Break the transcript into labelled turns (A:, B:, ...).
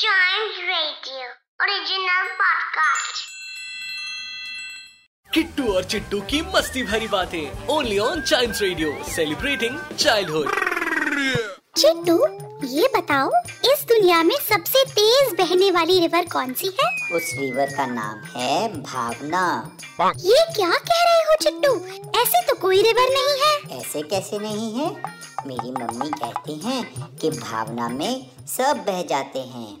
A: Giant Radio, original podcast.
B: Kittu और चिट्टू की मस्ती भरी बातें only on child radio celebrating childhood
C: Chittu ये बताओ इस दुनिया में सबसे तेज बहने वाली रिवर कौन सी है
D: उस रिवर का नाम है भावना
C: ये क्या कह रहे हो चिट्टू ऐसी तो कोई रिवर नहीं है
D: ऐसे कैसे नहीं है मेरी मम्मी कहती हैं कि भावना में सब बह जाते हैं